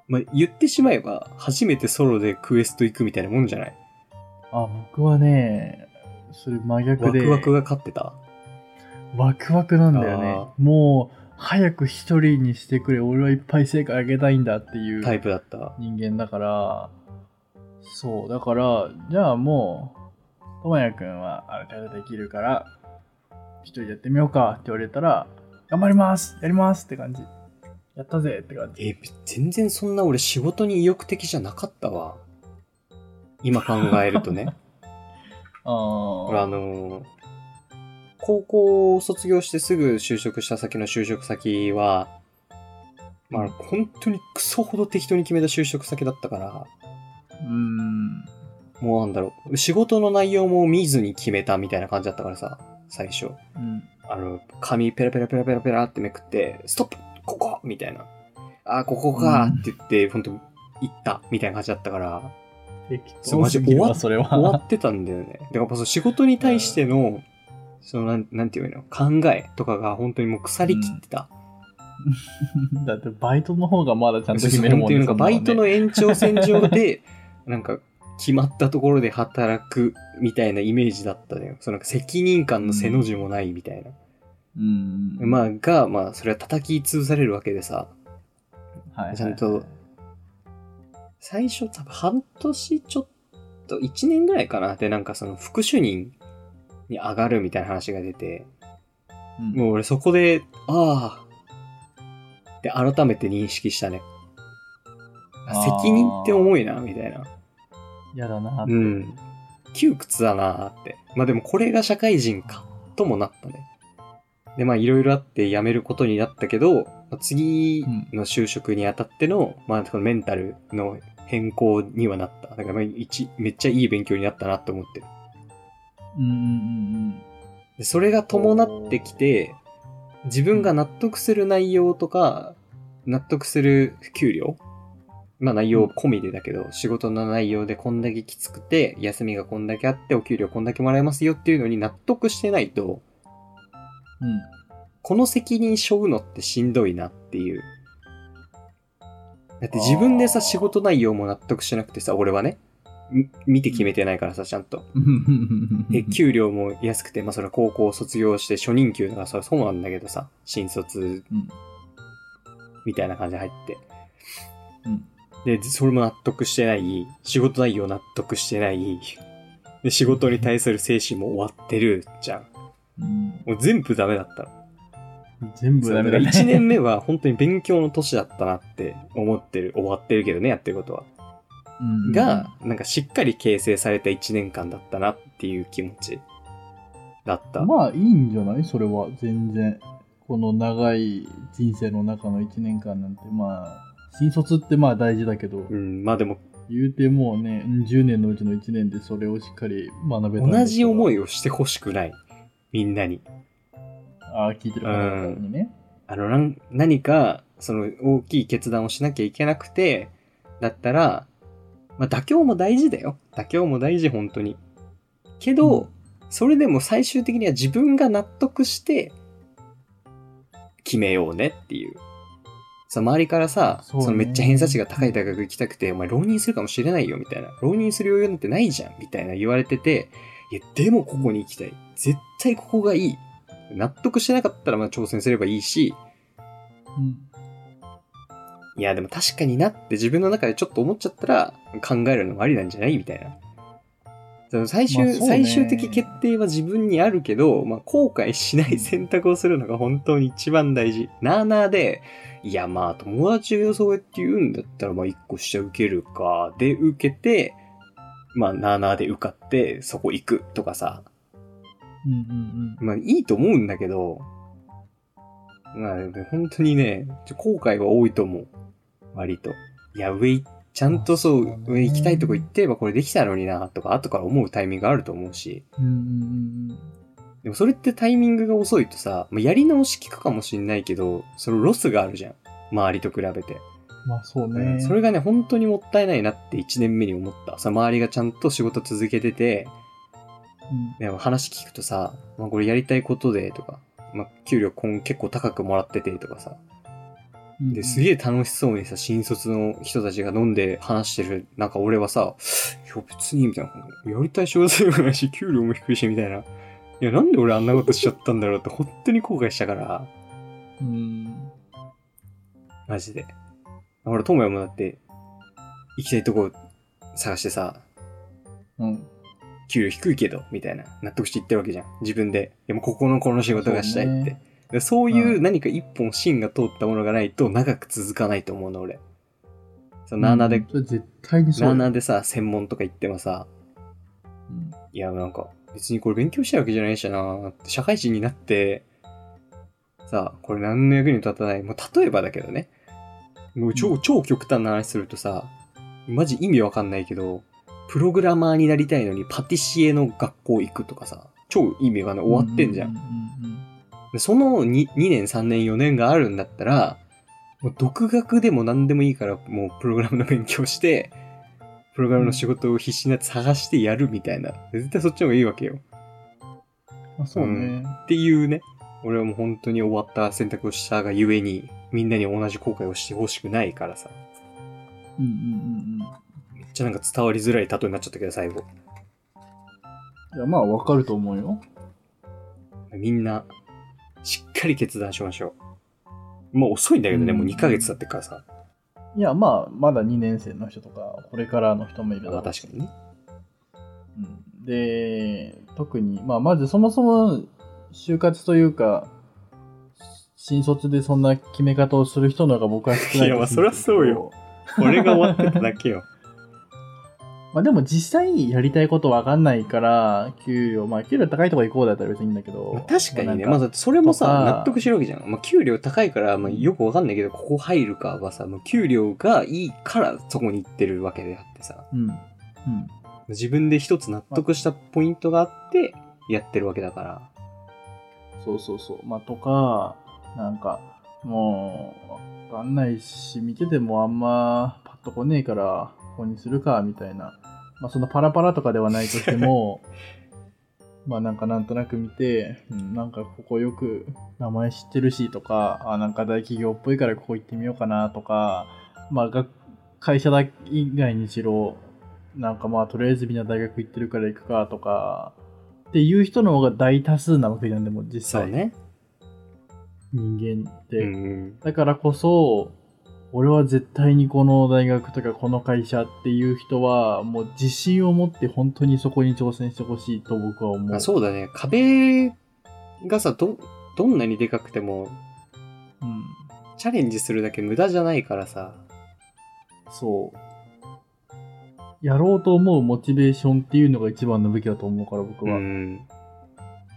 Speaker 2: まあ、言ってしまえば、初めてソロでクエスト行くみたいなもんじゃない
Speaker 1: あ、僕はね、それ真逆
Speaker 2: ワ
Speaker 1: で。
Speaker 2: クワクが勝ってた。
Speaker 1: ワクワクなんだよね
Speaker 2: あ。
Speaker 1: もう、早く一人にしてくれ、俺はいっぱい成果あげたいんだっていう
Speaker 2: タイプだった。
Speaker 1: 人間だから、そう、だから、じゃあもう、ともやくんはある程度できるから、一人でやってみようかって言われたら、頑張りますやりますって感じ。やったぜって感じ。
Speaker 2: え、全然そんな俺仕事に意欲的じゃなかったわ。今考えるとね。
Speaker 1: あ
Speaker 2: 俺あ
Speaker 1: ー
Speaker 2: のー高校を卒業してすぐ就職した先の就職先は、まあ、本当にクソほど適当に決めた就職先だったから、
Speaker 1: うーん。
Speaker 2: もうなんだろう、仕事の内容も見ずに決めたみたいな感じだったからさ、最初。
Speaker 1: うん。
Speaker 2: あの、紙ペラペラペラペラペラってめくって、ストップここみたいな。あー、ここかって言って、本当行ったみたいな感じだったから、
Speaker 1: 適
Speaker 2: そうマ
Speaker 1: 当
Speaker 2: ジ
Speaker 1: すぎるわ、
Speaker 2: 終わっ
Speaker 1: それ は。
Speaker 2: 終わってたんだよね。だからやっぱその仕事に対しての、そのなん、なんていうの、考えとかが本当にもう腐りきってた。
Speaker 1: だってバイトの方がまだちゃんと
Speaker 2: そう
Speaker 1: 決
Speaker 2: そう
Speaker 1: める
Speaker 2: 本
Speaker 1: もん
Speaker 2: 当になんか
Speaker 1: そんな
Speaker 2: バ
Speaker 1: ね
Speaker 2: イトの延長線上 で、なんか決まったところで働くみたいなイメージだったのよ。そのなんか責任感の背の字もないみたいな。
Speaker 1: うん。
Speaker 2: まあ、が、まあ、それは叩き潰されるわけでさ、
Speaker 1: はいはい
Speaker 2: ちゃんと最初多分半年ちょっと、1年ぐらいかな。で、なんかその副主任に上がるみたいな話が出て、
Speaker 1: うん
Speaker 2: もう俺そこで、ああ。で、改めて認識したね。あ
Speaker 1: あー
Speaker 2: 責任って重いな、みたいな。
Speaker 1: 嫌だなって
Speaker 2: うん。窮屈だなって。まあでもこれが社会人か、ともなったね。で、まあいろいろあって辞めることになったけど、まあ次の就職にあたっての、まあそのメンタルの変更にはなった。だからまあ一、めっちゃいい勉強になったなって思ってる。
Speaker 1: うんうん
Speaker 2: でそれが伴ってきて、自分が納得する内容とか、納得する給料まあ内容込みでだけど、仕事の内容でこんだけきつくて、休みがこんだけあって、お給料こんだけもらえますよっていうのに納得してないと、
Speaker 1: うんうん
Speaker 2: この責任背負うのってしんどいなっていう。だって自分でさ、
Speaker 1: あー
Speaker 2: 仕事内容も納得しなくてさ、俺はね、み見て決めてないからさ、ちゃんと。
Speaker 1: うん
Speaker 2: で、給料も安くて、まあ、それは高校を卒業して初任給だから、それはそうなんだけどさ、新卒
Speaker 1: うん
Speaker 2: みたいな感じで入って。
Speaker 1: うん
Speaker 2: で、それも納得してない、仕事内容納得してない、で、仕事に対する精神も終わってるじゃん。
Speaker 1: うん
Speaker 2: もう全部ダメだった。
Speaker 1: 全部ダメだね
Speaker 2: 1年目は本当に勉強の年だったなって思ってる、終わってるけどね、やってることは。
Speaker 1: うん
Speaker 2: が、なんかしっかり形成された1年間だったなっていう気持ちだった。
Speaker 1: まあいいんじゃないそれは全然この長い人生の中の1年間なんてまあ新卒ってまあ大事だけど
Speaker 2: うん、まあでも
Speaker 1: 言うてもうね10年のうちの1年でそれをしっかり学べた
Speaker 2: 同じ思
Speaker 1: い
Speaker 2: いをしてほしくない。みんなに。
Speaker 1: ああ、聞いてる方にね。
Speaker 2: あの、なん何か、その、大きい決断をしなきゃいけなくて、だったら、まあ、妥協も大事だよ。妥協も大事、本当に。けど、
Speaker 1: うん
Speaker 2: それでも最終的には自分が納得して、決めようねっていう。さ、周りからさ、
Speaker 1: そ
Speaker 2: そう
Speaker 1: ね
Speaker 2: のめっちゃ偏差値が高い大学行きたくて、お前浪人するかもしれないよ、みたいな。浪人する余裕なんてないじゃん、みたいな言われてて、いや、でもここに行きたい。絶対ここがいい。納得してなかったら、まあ挑戦すればいいし、
Speaker 1: うん。
Speaker 2: いや、でも確かになって自分の中でちょっと思っちゃったら考えるのもありなんじゃないみたいな。その最終、
Speaker 1: まあそうね
Speaker 2: 最終的決定は自分にあるけど、まあ、後悔しない選択をするのが本当に一番大事。なあなあで、いやまあ友達がそうやって言うんだったらまあ一個下受けるか、で受けて、まあなあなあで受かってそこ行くとかさ、
Speaker 1: うんうん
Speaker 2: まあいいと思うんだけど、まあでも本当にね、ちょ後悔は多いと思う。割と。いや、上い、ちゃんとそう、
Speaker 1: そうね
Speaker 2: 上行きたいとこ行ってればこれできたのにな、とか、後から思うタイミングがあると思うし。
Speaker 1: うん。うんうんうん
Speaker 2: でもそれってタイミングが遅いとさ、まあ、やり直し効くかもしんないけど、そのロスがあるじゃん。周りと比べて。
Speaker 1: うん。まあそう
Speaker 2: うん
Speaker 1: ね。
Speaker 2: それがね、本当にもったいないなって1年目に思った。さ、周りがちゃんと仕事続けてて、
Speaker 1: うん
Speaker 2: でも話聞くとさ、まあ、これやりたいことでとか、まあ、給料今結構高くもらっててとかさ、
Speaker 1: うん
Speaker 2: ですげえ楽しそうにさ、新卒の人たちが飲んで話してる、なんか俺はさ、いや別にみたいな、やりたい仕事でもないし、給料も低いしみたいな、いやなんで俺あんなことしちゃったんだろうって本当に後悔したから、
Speaker 1: うん。
Speaker 2: マジで。ほら、友也もだって、行きたいとこ探してさ、
Speaker 1: うん。
Speaker 2: 給料低いけど、みたいな、納得していってるわけじゃん。自分で。いや、もうここのこの仕事がしたい
Speaker 1: そう
Speaker 2: って
Speaker 1: ね。
Speaker 2: でそういうう何か一本芯が通ったものがないと長く続かないと思うの、俺。その、7で、
Speaker 1: うんそれ絶対にそうよ。
Speaker 2: 7でさ、専門とか行ってもさ、
Speaker 1: うん
Speaker 2: いや、なんか、別にこれ勉強したいわけじゃないしなって社会人になって、さ、これ何の役にも立たない。もう例えばだけどね。もう超、
Speaker 1: う
Speaker 2: 超極端な話するとさ、マジ意味わかんないけど、プログラマーになりたいのにパティシエの学校行くとかさ、超意味がない終わってんじゃん。
Speaker 1: うううん
Speaker 2: でその 2, 2年、3年、4年があるんだったら、もう独学でも何でもいいから、もうプログラムの勉強して、プログラムの仕事を必死になって探してやるみたいな。絶対そっちの方がいいわけよ。
Speaker 1: うん。あ、そうね。
Speaker 2: っていうね、俺はもう本当に終わった選択をしたがゆえに、みんなに同じ後悔をしてほしくないからさ。
Speaker 1: うんうんうんうん。
Speaker 2: めっちゃなんか伝わりづらい例えになっちゃったけど、最後。
Speaker 1: いや、まあわかると思うよ。
Speaker 2: みんな、しっかり決断しましょう。もう遅いんだけどね、
Speaker 1: うん
Speaker 2: もう2ヶ月経ってからさ。
Speaker 1: いや、まあ、まだ2年生の人とか、これからの人もいるだろ
Speaker 2: まあ
Speaker 1: う
Speaker 2: 確かにね。
Speaker 1: うんで、特に、まあ、まずそもそも就活というか、新卒でそんな決め方をする人の方が僕は少ない
Speaker 2: いやまあそりゃそうよ。俺が終わってただけよ。
Speaker 1: まあでも実際やりたいことわかんないから、給料、まあ給料高いとこ行こうだったら別にいいんだけど。
Speaker 2: まあ確かにね、
Speaker 1: まあ
Speaker 2: ま
Speaker 1: なん
Speaker 2: ずそれも
Speaker 1: と
Speaker 2: さ、
Speaker 1: か
Speaker 2: 納得してるわけじゃん。まあ、給料高いから、まあ、よくわかんないけど、ここ入るかはさ、もう給料がいいからそこに行ってるわけであってさ。
Speaker 1: うん。うん。
Speaker 2: 自分で一つ納得したポイントがあってやってるわけだから。
Speaker 1: そうそうそう。まあ、とか、なんか、もう、わかんないし、見ててもあんまパッとこねえから、ここにするか、みたいな。まあ、そんなパラパラとかではないとしても、 まあ、なんかなんとなく見て、うん、なんかここよく名前知ってるしとか、あ、なんか大企業っぽいからここ行ってみようかなとか、まあ、が会社だ以外にしろ、なんかまあ、とりあえずみんな大学行ってるから行くかとか、っていう人の方が大多数なわけじゃん、でも実際。
Speaker 2: ね。
Speaker 1: 人間って、
Speaker 2: うん。
Speaker 1: だからこそ俺は絶対にこの大学とかこの会社っていう人はもう自信を持って本当にそこに挑戦してほしいと僕は思う、
Speaker 2: まあ、そうだね。壁がさ、ど、どんなにでかくても、
Speaker 1: うん、
Speaker 2: チャレンジするだけ無駄じゃないからさ。
Speaker 1: そうやろうと思うモチベーションっていうのが一番の武器だと思うから僕
Speaker 2: う
Speaker 1: は、
Speaker 2: ん。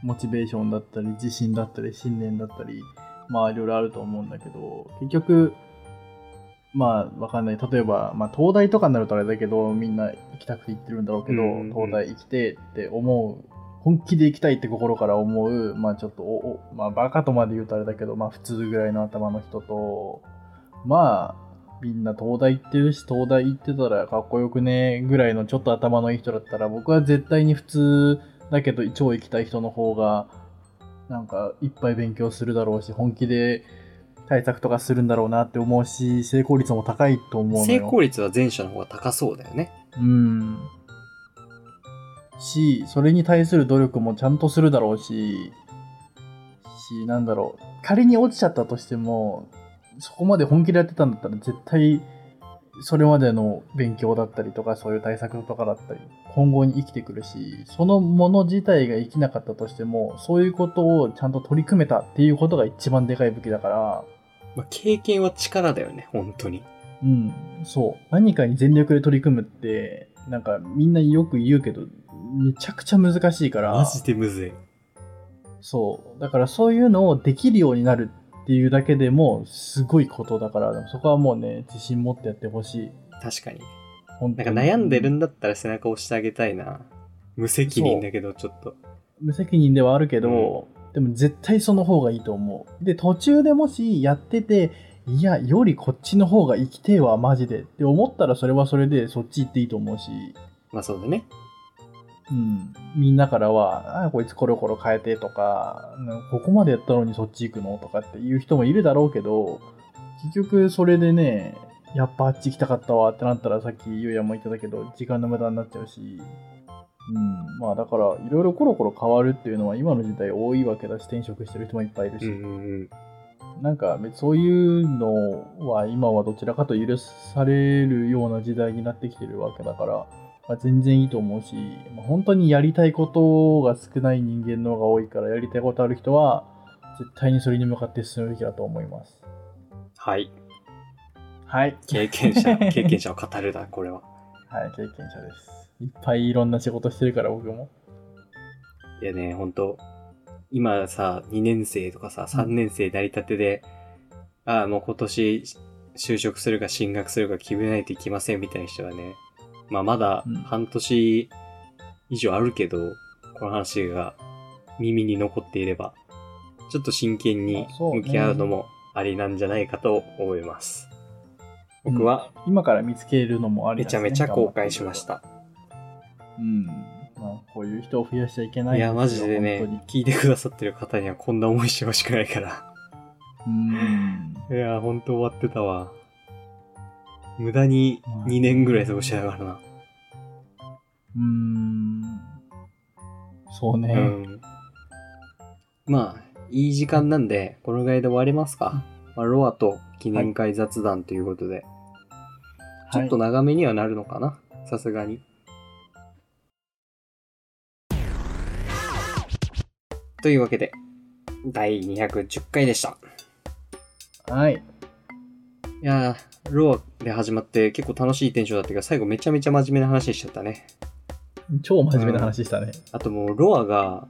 Speaker 1: モチベーションだったり自信だったり信念だったりまあいろいろあると思うんだけど結局まあわかんない例えば、まあ、東大とかになるとあれだけどみんな行きたくて行ってるんだろうけど、
Speaker 2: うんうんうん
Speaker 1: 東大行きてえって思う本気で行きたいって心から思う、まあちょっと、お、おまあバカとまで言うとあれだけど、まあ普通ぐらいの頭の人と、まあ、みんな東大行ってるし、東大行ってたらかっこよくねぐらいのちょっと頭のいい人だったら、僕は絶対に普通だけど、超行きたい人の方が、なんかいっぱい勉強するだろうし、本気で対策とかするんだろうなって思うし、成功率も高いと思うのよ。
Speaker 2: 成功率は前者の方が高そうだよね。
Speaker 1: うん。し、それに対する努力もちゃんとするだろうし、し、なんだろう。仮に落ちちゃったとしても、そこまで本気でやってたんだったら絶対、それまでの勉強だったりとか、そういう対策とかだったり、今後に生きてくるし、そのもの自体が生きなかったとしても、そういうことをちゃんと取り組めたっていうことが一番でかい武器だから、
Speaker 2: まあ、経験は力だよね、本当に。
Speaker 1: うん、そう。何かに全力で取り組むって、なんかみんなよく言うけど、めちゃくちゃ難しいから、
Speaker 2: マジでむずい。
Speaker 1: そう。だからそういうのをできるようになるっていうだけでも、すごいことだから、でもそこはもうね、自信持ってやってほしい。
Speaker 2: 確かに。
Speaker 1: 本当
Speaker 2: なん
Speaker 1: に
Speaker 2: か悩んでるんだったら背中押してあげたいな。無責任だけど、ちょっと。
Speaker 1: 無責任ではあるけど、でも絶対その方がいいと思う。で、途中でもしやってて、いや、よりこっちの方が生きてえわ、マジで。って思ったら、それはそれで、そっち行っていいと思うし。
Speaker 2: まあそうだね。
Speaker 1: うん、みんなからは、あこいつコロコロ変えてとか、なんここまでやったのにそっち行くのとかっていう人もいるだろうけど、結局それでね、やっぱあっち行きたかったわってなったらさっきゆうやも言ってたけど、時間の無駄になっちゃうし、うん、まあだから、いろいろコロコロ変わるっていうのは今の時代多いわけだし、転職してる人もいっぱいいるし、
Speaker 2: うんうんうん。
Speaker 1: なんか別にそういうのは今はどちらかと許されるような時代になってきてるわけだから、まあ、全然いいと思うし、まあ本当にやりたいことが少ない人間の方が多いから、やりたいことある人は絶対にそれに向かって進むべきだと思います。
Speaker 2: はい。
Speaker 1: はい。
Speaker 2: 経験者、経験者を語るだ、これは。
Speaker 1: はい、経験者です。いっぱいいろんな仕事してるから、僕も。
Speaker 2: いやね、ほんと、今さ、2年生とかさ、3年生なりたてで、ああ、もう今年就職するか進学するか決めないといけませんみたいな人はね、まあまだ
Speaker 1: うん
Speaker 2: 半年以上あるけど、この話が耳に残っていれば、ちょっと真剣に
Speaker 1: あそうね
Speaker 2: 向き合うのもありなんじゃないかと思います。僕は
Speaker 1: 今から見つけるのもあり
Speaker 2: め
Speaker 1: だ
Speaker 2: ち
Speaker 1: し
Speaker 2: ゃ
Speaker 1: ね
Speaker 2: めちゃ後悔しまし。た。
Speaker 1: うん。まあ、こういう人を増やしちゃいけない
Speaker 2: いや、
Speaker 1: ん
Speaker 2: マ
Speaker 1: す
Speaker 2: ジ
Speaker 1: よ
Speaker 2: で
Speaker 1: 本当に
Speaker 2: ね、聞いてくださってる方にはこんな思いしてほしくないから。
Speaker 1: うん。
Speaker 2: いやー、ほんと終わってたわ。無駄に2年ぐらい過ごしながらな。
Speaker 1: うーん。そうね。
Speaker 2: うん。まあ、いい時間なんで、このぐらいで終わりますか。まあ、ロアと記念会雑談ということで、ちょっと
Speaker 1: はい
Speaker 2: 長めにはなるのかなさすがに。というわけで、第210回でした。
Speaker 1: はい。
Speaker 2: いやー、ロアで始まって結構楽しいテンションだったけど、最後めちゃめちゃ真面目な話しちゃったね。
Speaker 1: 超真面目な話したね。
Speaker 2: あともう、ロアが、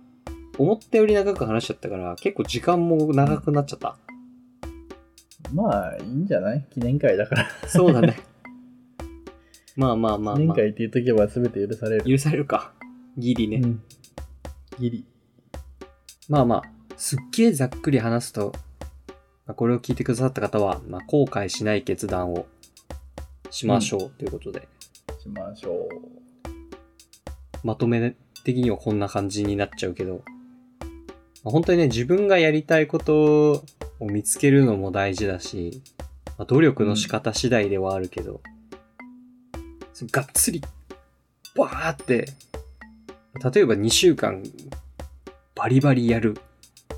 Speaker 2: 思ったより長く話しちゃったから、結構時間も長くなっち ゃった。
Speaker 1: まあ、いいんじゃない記念会だから。
Speaker 2: そうだね。まあまあまあ
Speaker 1: 記念
Speaker 2: まあ。
Speaker 1: 会って言っとけば全て許される。
Speaker 2: 許されるか。ギリね。
Speaker 1: うん。ギリ。
Speaker 2: まあまあ、すっげえざっくり話すと、まあこれを聞いてくださった方は、まあ、後悔しない決断をしましょうということで、
Speaker 1: しましょ
Speaker 2: まとめ的にはこんな感じになっちゃうけど、まあ本当にね、自分がやりたいことを見つけるのも大事だし、まあ努力の仕方次第ではあるけど、そうがっつり、バーって、例えば2週間、バリバリやる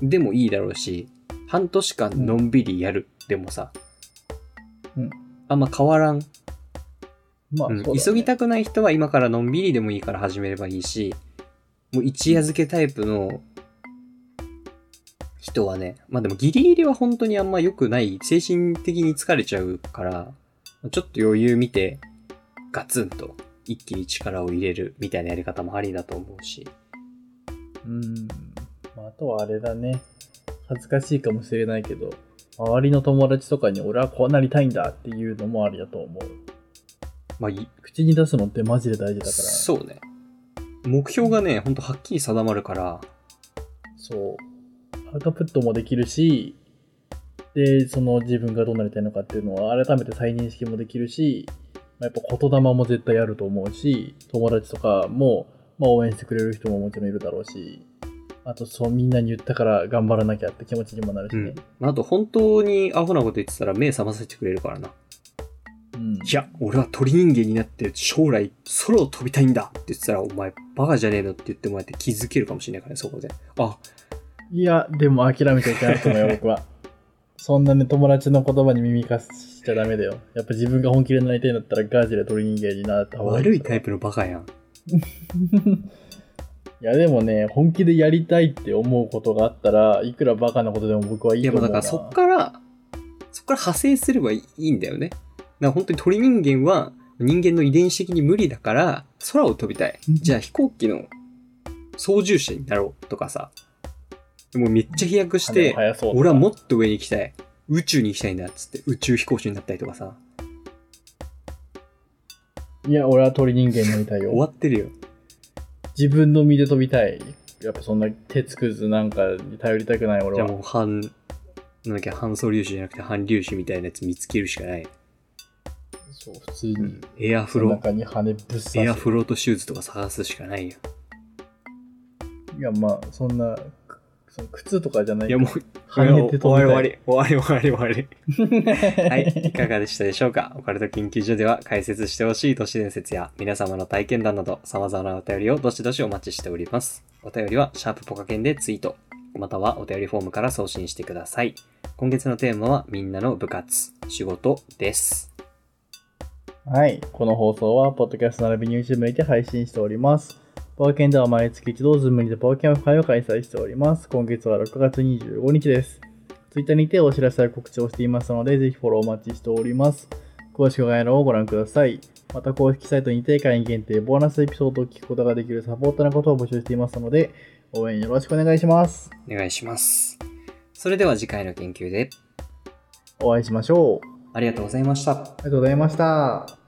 Speaker 2: でもいいだろうし、半年間のんびりやるでもさ、
Speaker 1: うん
Speaker 2: あんま変わらん
Speaker 1: う。まあ、
Speaker 2: うん
Speaker 1: そうだね
Speaker 2: 急ぎたくない人は今からのんびりでもいいから始めればいいし、もう一夜漬けタイプの人はね、まあでもギリギリは本当にあんま良くない、精神的に疲れちゃうから、ちょっと余裕見て、ガツンと一気に力を入れるみたいなやり方もありだと思うし、
Speaker 1: うん。まあ、あとはあれだね。恥ずかしいかもしれないけど、周りの友達とかに俺はこうなりたいんだっていうのもありだと思う。
Speaker 2: まあい
Speaker 1: 口に出すのってマジで大事だから。
Speaker 2: そうね。目標がね、ほんとはっきり定まるから、
Speaker 1: そう、アウトプットもできるし、で、その自分がどうなりたいのかっていうのは改めて再認識もできるし、まあ、やっぱ言霊も絶対あると思うし、友達とかも、まあ、応援してくれる人ももちろんいるだろうし、あとそうみんなに言ったから頑張らなきゃって気持ちにもなるしね。
Speaker 2: あと本当にアホなこと言ってたら目覚ませてくれるからな。
Speaker 1: うん
Speaker 2: いや、俺は鳥人間になって将来空を飛びたいんだって言ってたら、お前バカじゃねえのって言ってもらって気づけるかもしれないからね、そこで。あ、
Speaker 1: いや、でも諦めちゃいけないと思うよ、僕は。そんなね、友達の言葉に耳貸しちゃダメだよ。やっぱ自分が本気でなりたいんだったらガージで鳥人間になった方がいい。
Speaker 2: 悪いタイプのバカやん。
Speaker 1: いやでもね、本気でやりたいって思うことがあったら、いくらバカなことでも僕はいい
Speaker 2: い
Speaker 1: と
Speaker 2: や、ま
Speaker 1: 思
Speaker 2: あ
Speaker 1: う
Speaker 2: だ
Speaker 1: な。
Speaker 2: からそっから、そっから派生すればいいんだよね。だから本当に鳥人間は人間の遺伝子的に無理だから空を飛びたい。
Speaker 1: うん
Speaker 2: じゃあ飛行機の操縦者になろうとかさ。もうめっちゃ飛躍し
Speaker 1: 羽
Speaker 2: て
Speaker 1: も、早そう
Speaker 2: 俺はもっと上に行きたい。宇宙に行きたいんだっつって宇宙飛行士になったりとかさ。
Speaker 1: いや、俺は鳥人間になりたい
Speaker 2: 終わ
Speaker 1: よ。
Speaker 2: ってるよ。
Speaker 1: 自分の身で飛びたい。やっぱそんな手つくずなんかに頼りたくない俺
Speaker 2: じゃあ
Speaker 1: は。
Speaker 2: もう反、なんだっけ、反素粒子じゃなくて反粒子みたいなやつ見つけるしかない。
Speaker 1: そう、普通に。
Speaker 2: エアフ
Speaker 1: その
Speaker 2: ロ、
Speaker 1: 中に羽ぶっ刺す。
Speaker 2: エアフロートシューズとか探すしかないよ。
Speaker 1: いや、まあ、そんな、くその靴とかじゃない
Speaker 2: いやもう、
Speaker 1: 羽根って飛びたい。
Speaker 2: 終わり終わ り終わり終わり終わり。はい、いかがでしたでしょうかオカルト研究所では解説してほしい都市伝説や皆様の体験談など様々なお便りをどしどしお待ちしております。お便りはシャープポカケンでツイート、またはお便りフォームから送信してください。今月のテーマはみんなの部活、仕事です。
Speaker 1: はい。この放送は、ポッドキャスト並びに YouTube にて配信しております。パワーケンでは毎月一度、ズームにてパワーケンオフ会を開催しております。今月は6月25日です。Twitter にてお知らせや告知をしていますので、ぜひフォローお待ちしております。詳しく概要欄をご覧ください。また、公式サイトにて会員限定ボーナスエピソードを聞くことができるサポートなことを募集していますので、応援よろしくお願いします。
Speaker 2: お願いします。それでは次回の研究で
Speaker 1: お会いしましょう。
Speaker 2: ありがとうございました。
Speaker 1: ありがとうございました。